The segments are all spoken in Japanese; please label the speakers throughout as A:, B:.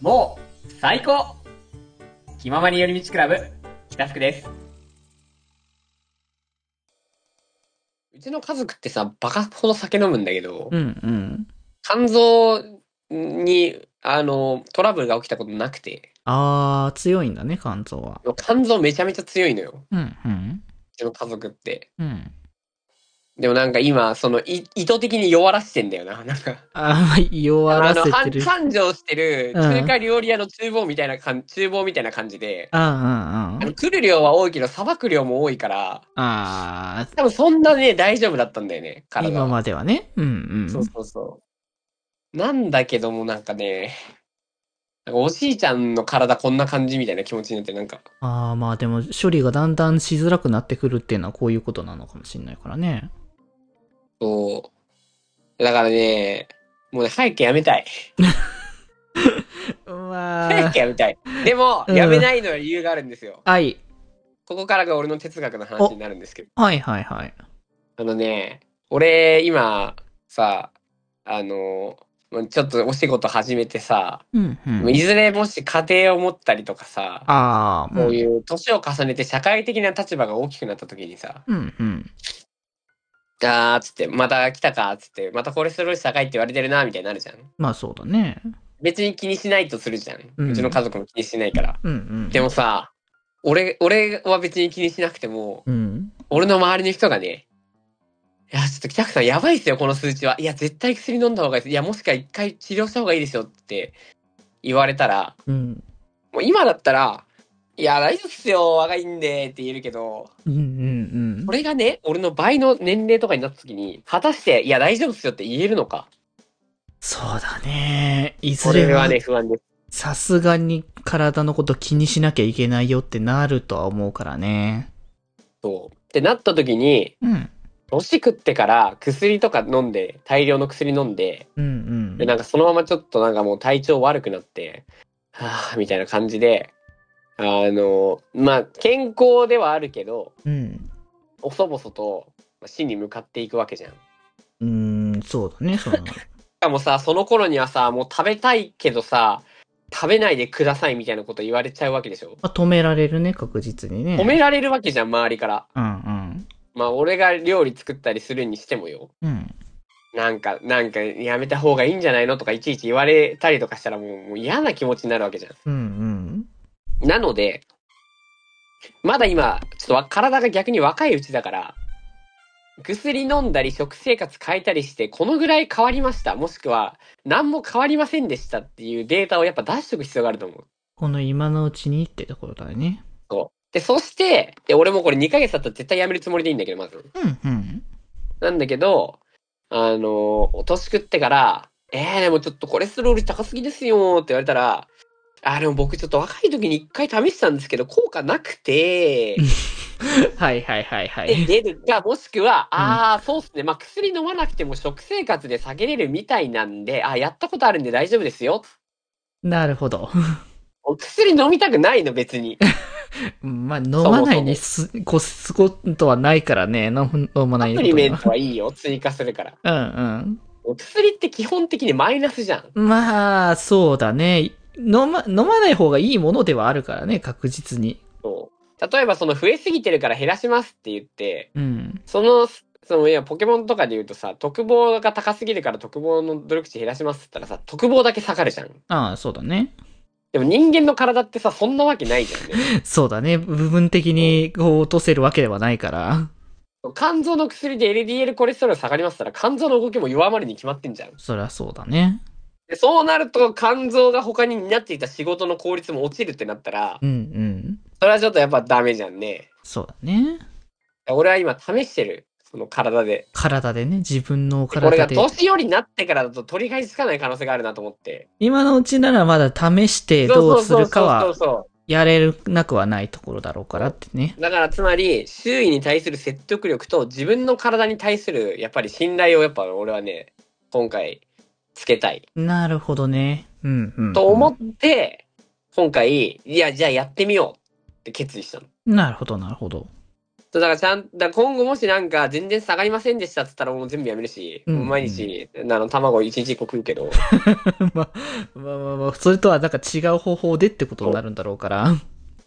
A: もう、最高気ままに寄り道クラブ、北福です。
B: うちの家族ってさ、バカほど酒飲むんだけど、
C: うんうん。
B: 肝臓に、あの、トラブルが起きたことなくて、
C: あー、強いんだね、肝臓は。
B: 肝臓めちゃめちゃ強いのよ。
C: うんうん。
B: うちの家族って。
C: うん。
B: でもなんか今、その、い意図的に弱らしてんだよな。なんか、
C: あー、弱
B: あ
C: ら
B: の、
C: せて
B: 繁
C: る。
B: 繁盛してる、
C: うん
B: 中華料理屋の厨房みたいな感じ、厨房みたいな感じで、
C: あ
B: あ
C: ー、うんう
B: の
C: ん。
B: 来る量は多いけど、さばく量も多いから、
C: あ
B: 多分そんなね、大丈夫だったんだよね、
C: ー、
B: 体は
C: 今まではね。うんうん。
B: そうそうそう。なんだけどもなんかね、なんかおじいちゃんの体こんな感じみたいな気持ちになって、なんか、
C: ああ、まあでも処理がだんだんしづらくなってくるっていうのはこういうことなのかもしれないからね。
B: そう。だからね、もうね、早くやめたい。早
C: まあ
B: く、やめたい。でも、
C: うん
B: やめないのは理由があるんですよ。
C: はい。
B: ここからが俺の哲学の話になるんですけど。
C: はいはいはい。
B: あのね、俺、今、さ、あの、まあちょっとお仕事始めてさ、
C: うんうん。
B: いずれもし家庭を持ったりとかさ、
C: ああ、
B: こう
C: う。
B: いう年を重ねて社会的な立場が大きくなった時にさ、
C: うんうん。
B: あーっつって、また来たかっつって、またコレステロール高いって言われてるな、みたいになるじゃん。
C: まあそうだね。
B: 別に気にしないとするじゃん。
C: う
B: うんちの家族も気にしないから。
C: うんうん。
B: でも、さ、俺、俺は別に気にしなくても、
C: うん。
B: 俺の周りの人がね、いや、ちょっと北区さんやばいっすよ、この数値は。いや、絶対薬飲んだ方がいいです。いや、もしか一回治療した方がいいですよって言われたら、
C: うん。
B: もう今だったら、いや、大丈夫っすよ、若いんでって言えるけど、
C: うんうん
B: これがね、俺の倍の年齢とかになった時に、果たして、いや、大丈夫っすよって言えるのか。
C: そうだね。いず
B: そ
C: れ
B: れ
C: は
B: はね、不安です。
C: さすがに体のこと気にしなきゃいけないよってなるとは思うからね。
B: そう。ってなった時に、
C: うん。
B: 年食ってから薬とか飲んで、大量の薬飲んで、
C: うんう
B: で、
C: ん。
B: なんかそのままちょっとなんかもう体調悪くなって、はぁ、みたいな感じで、あの、まあ、健康ではあるけど、
C: うん。
B: 細々とまあ死に向かっていくわけじゃん。し
C: うーん、そうだね、 その。
B: かもさ、その頃にはさ、もう食べたいけどさ、食べないでくださいみたいなこと言われちゃうわけでしょ。
C: まあ、止められるね、確実にね。
B: 褒められるわけじゃん、周りから。
C: うんうん。
B: まあ、俺が料理作ったりするにしてもよ。
C: うん。
B: なんか、なんか、やめた方がいいんじゃないのとか、いちいち言われたりとかしたらもう、もう嫌な気持ちになるわけじゃ
C: うんうん。
B: ん。なので、まだ今、ちょっとわ体が逆に若いうちだから、薬飲んだり、食生活変えたりして、このぐらい変わりました。もしくは、何も変わりませんでしたっていうデータをやっぱ出しておく必要があると思う。
C: この今のうちにってところだよね。
B: そう。で、そして、で、俺もこれ2ヶ月経ったら絶対やめるつもりでいいんだけど、まず。
C: うんうん。
B: なんだけど、あの、お年食ってから、えー、でもちょっとコレステロール高すぎですよって言われたら、あー、でも僕ちょっと若い時に一回試したんですけど、効果なくて、
C: はいはいはいは
B: で
C: い。
B: 出るか、もしくは、あー、そうっすね。まあ、薬飲まなくても食生活で下げれるみたいなんで、あー、やったことあるんで大丈夫ですよ。
C: なるほど。
B: お薬飲みたくないの、別に。
C: まあ、飲まないにす、こすことはないからね。飲む飲ま
B: サ
C: ない
B: プ
C: こ
B: リ
C: と
B: メン
C: は。
B: トはいいよ、追加するから。
C: うん
B: お薬って基本的にマイナスじゃん。
C: うん。まあ、そうだね。飲ま、飲まない方がいいものではあるからね、確実に。
B: そう。例えば、その増えすぎてるから減らしますって言って、
C: うん。
B: その、その、いや、ポケモンとかで言うとさ、特防が高すぎるから特防の努力値減らしますって言ったらさ、特防だけ下がるじゃん。
C: ああ、そうだね。
B: でも人間の体ってさ、そんなわけないじゃんね。
C: そうだね。部分的にこう落とせるわけではないから。
B: 肝臓の薬で LDL コレステロール下がりますったら、肝臓の動きも弱まるに決まってんじゃん。
C: そりゃそうだね。
B: でそうなると、肝臓が他に担っていた仕事の効率も落ちるってなったら
C: う、んうん。
B: それはちょっとやっぱダメじゃんね。
C: そうだね。
B: 俺は今試してる。その体で。
C: 体でね、自分の
B: でこれ
C: 体
B: が
C: で。
B: 年寄りになってからだと取り返しつかない可能性があるなと思って。
C: 今のうちならまだ試してどうするか
B: そう
C: は
B: そうそうそうそう。
C: やれなくはないところだろうからってね。
B: だからつまり周囲に対する説得力と自分の体に対するやっぱり信頼をやっぱ俺はね今回つけたい
C: なるほどね。うんうん。
B: と思って今回いやじゃあやってみようって決意したの。
C: なるほど、なるほど。
B: そうだからちゃん、だから今後もしなんか全然下がりませんでしたっつったらもう全部やめるし、
C: うん
B: もう毎日、あの、卵一日一個食うけど、
C: まあ、まあまあまあ、それとはなんか違う方法でってことになるんだろうから。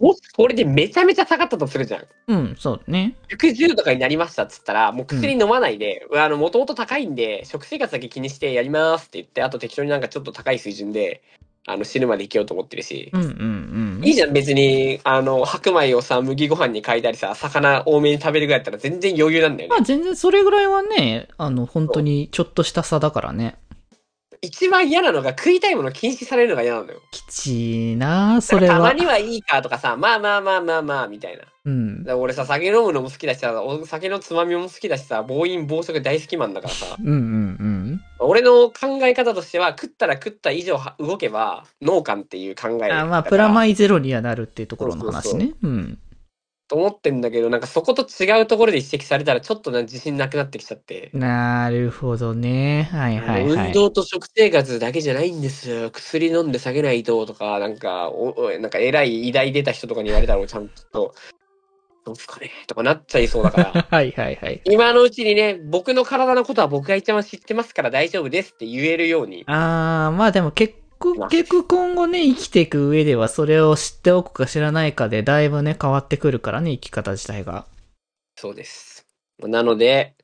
B: もしこれでめちゃめちゃ下がったとするじゃん。
C: うん、そうね。
B: 110とかになりましたっつったら、もう薬飲まないで、あの、もともと高いんで、食生活だけ気にしてやりますって言って、あと適当になんかちょっと高い水準で、あの、死ぬまで生きようと思ってるし
C: う、んうん
B: いいじゃん、別に、あの、白米をさ、麦ご飯に変えたりさ、魚多めに食べるぐらいだったら全然余裕なんだよ
C: ま
B: ね。
C: あ全然それぐらいはね、あの、本当にちょっとした差だからね。
B: 一番嫌なのが食いたいもの禁止されるのが嫌なのよ。
C: きちいなあそれ
B: たま
C: は。
B: にはいいかとかさ、まあまあまあまあまあ、みたいな。だか
C: うん。
B: ら俺さ、酒飲むのも好きだしさ、お酒のつまみも好きだしさ、暴飲暴食大好きマンだからさ、
C: うんうん
B: 俺の考え方としては、食ったら食った以上は動けば、脳幹っていう考えだ
C: うん。
B: から
C: あまあ、プラマイゼロにはなるっていうところの話ね。うん。
B: と思ってんだけど、なんかそこと違うところで指摘されたら、ちょっとな自信なくなってきちゃって。
C: なるほどね。はいはいは
B: 運
C: い。
B: 動と食生活だけじゃないんですよ。薬飲んで下げないととか、なんか、お、おなんか偉い偉大出た人とかに言われたら、ちゃんと、どうすかねとかなっちゃいそうだから。
C: はいはいはい。
B: 今のうちにね、僕の体のことは僕が一番知ってますから大丈夫ですって言えるように。
C: あー、まあでも結
B: ま
C: 構、
B: あ
C: 結構今後ね、生きていく上ではそれを知っておくか知らないかでだいぶね、変わってくるからね、生き方自体が。
B: そうです。なので、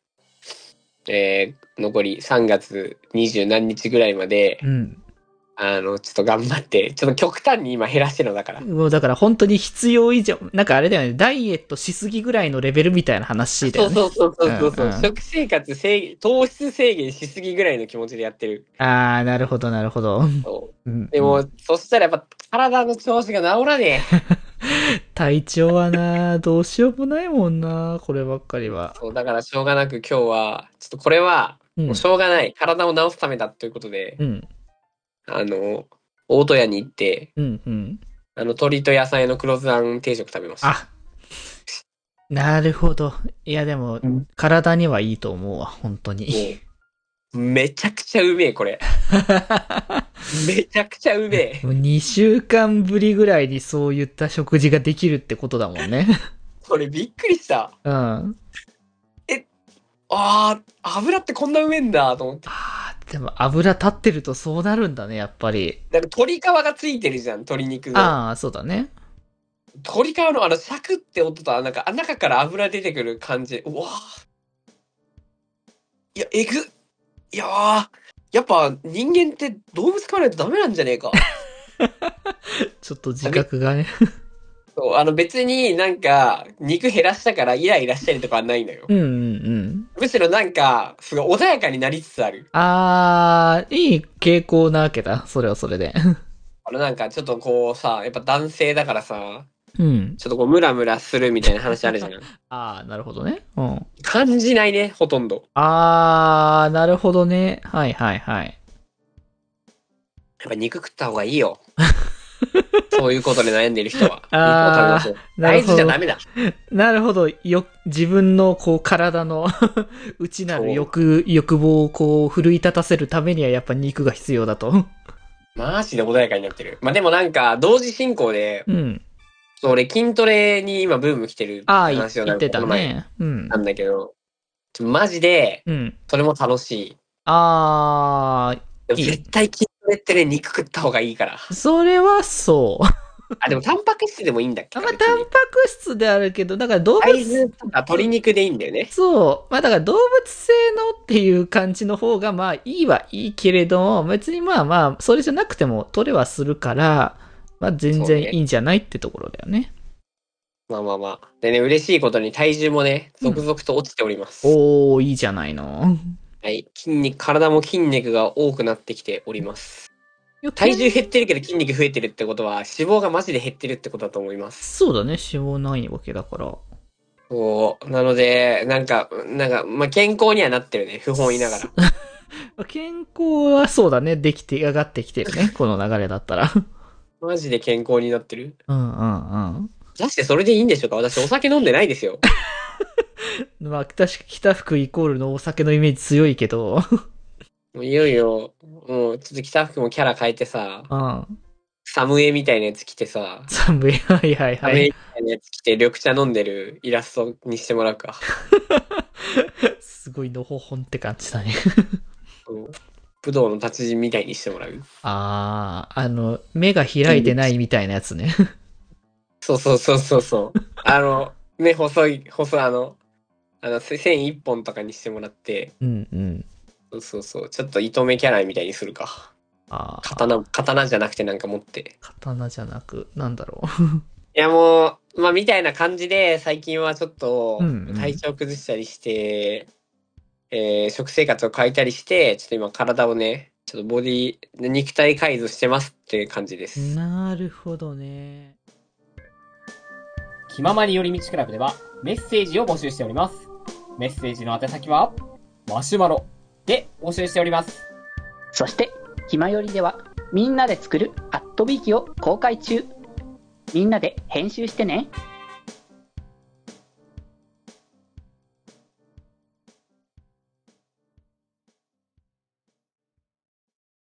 B: えー、残り3月二十何日ぐらいまで
C: う、ん。
B: あの、ちょっと頑張って、ちょっと極端に今減らしてるのだから。
C: もうだから本当に必要以上、なんかあれだよね、ダイエットしすぎぐらいのレベルみたいな話だ
B: そ
C: よ
B: う
C: ね。
B: そうそうそうそう。
C: うんうん
B: 食生活制限、糖質制限しすぎぐらいの気持ちでやってる。
C: あー、なるほどなるほど。
B: そう
C: うん
B: でも、、そしたらやっぱ体の調子が治らねえ。
C: 体調はな、どうしようもないもんな、こればっかりは。
B: そう、だからしょうがなく今日は、ちょっとこれは、
C: う
B: も
C: ん
B: うし。ょうがない。体を治すためだということで、
C: うん。
B: あの、大戸屋に行って、
C: うん。うん。
B: あの、鶏と野菜の黒酢あん定食食べました。
C: あなるほど。いやでも
B: うん、
C: 体にはいいと思うわ、本当に。
B: もうめちゃくちゃうめえ、こ れ。めちゃくちゃうめえ。
C: もう2週間ぶりぐらいにそういった食事ができるってことだもんね。
B: これびっくりした。
C: うん。あ
B: ああ、油ってこんなうめえんだと思って。
C: あ、でも油立ってるとそうなるんだね、やっぱり。
B: なんか鶏皮がついてるじゃん、鶏肉の。
C: ああ、そうだね。
B: 鶏皮のあの、サクって音と、なんかあ中から油出てくる感じ。うわーいや、えぐっいやーやっぱ人間って動物飼わないとダメなんじゃねえか。
C: ちょっと自覚がね。
B: そう、あの別になんか、肉減らしたからイライラしたりとかはないのよ。
C: うんうんうん。
B: むしろなんか、すごい穏やかになりつつある。
C: ああ、いい傾向なわけだ。それはそれで。
B: あのなんか、ちょっとこうさ、やっぱ男性だからさ、
C: うん。
B: ちょっとこうムラムラするみたいな話あ るじゃん。
C: ああ、なるほどね。うん。
B: 感じないね、ほとんど。
C: ああ、なるほどね。はいはいはい。
B: やっぱ肉食った方がいい よ。そういうことで悩んでる人は。
C: あ
B: 肉を食べましょ
C: ー
B: う
C: なる
B: 大
C: ほ
B: 豆じゃ
C: ど
B: ダ。メだ。
C: なるほど。よ、自分のこう体の 内なる欲、欲望をこう奮い立たせるためにはやっぱ肉が必要だと。
B: マジで穏やかになってる。まあでもなんか、同時進行で、
C: うん。
B: そう俺筋トレに今ブーム来てる
C: ああ、い言
B: 話をなんか
C: って
B: こ
C: た
B: の前
C: ね。うん
B: な。んだけど、ちょマジで、
C: うん。
B: それも楽しい。
C: あ
B: でも
C: いい
B: 絶対筋トレってね、肉食った方がいいから。
C: あ、それはそう。
B: あ、でもタンパク質でもいいんだっけ
C: まあ、
B: 別
C: タン
B: に
C: パク質であるけど、だから動
B: 大
C: 物、
B: 豆とか鶏肉でいいんだよね。
C: そう。まあだから動物性のっていう感じの方がまあいいはいいけれども、別にまあまあ、それじゃなくても取れはするから、まあ全
B: そう
C: 然
B: ね
C: いいんじゃないってところだよね。
B: まあまあまあ。でね、嬉しいことに体重もね、
C: うん
B: 続々と落ちております。
C: おー、いいじゃないの。
B: はい。筋肉、体も筋肉が多くなってきております。体重減ってるけど筋肉増えてるってことは、脂肪がマジで減ってるってことだと思います。
C: そうだね、脂肪ないわけだから。
B: そう。なので、なんか、なんか、まあ、健康にはなってるね。不本意な がら。
C: 健康はそうだね、できて、上がってきてる ね、この流れだったら。
B: マジで健康になってる。
C: うんうん
B: 果たしてそれでいいんでしょうか私お酒飲んでないですよ。
C: うん。まあ、確か北福イコールのお酒のイメージ強いけど、
B: もういよいよ、もう、ちょっと北福もキャラ変えてさ、
C: うん。
B: サムエみたいなやつ着てさ、
C: サムエ、はい はい
B: サ
C: は
B: ムエ
C: い
B: み。たいなやつ着て緑茶飲んでるイラストにしてもらうか。
C: すごいのほほんって感じだね。
B: うん武道の達人みたいにしてもらう。
C: ああ、あの、目が開いてないみたいなやつね。
B: そうそうそうそうそう。あの、目細い、細いあの、あの、せ線一本とかにしてもらって、
C: うんうん。
B: そうそうそう、ちょっと糸目キャラみたいにするか。
C: ああ、
B: 刀、刀じゃなくてなんか持って。
C: 刀じゃなく、なんだろ
B: いやもう、まあみたいな感じで、最近はちょっと
C: うんうん
B: 体調崩したりして、えー食生活を変えたりして、ちょっと今体をね、ちょっとボディ、肉体改造してますっていう感じで
C: う。
B: す。
C: なるほどね。
A: 気ままに寄り道クラブではメッセージを募集しております。メッセージの宛先は、マシュマロで募集しております。
D: そして、ひまよりでは、みんなで作るアットビーキを公開中。みんなで編集してね。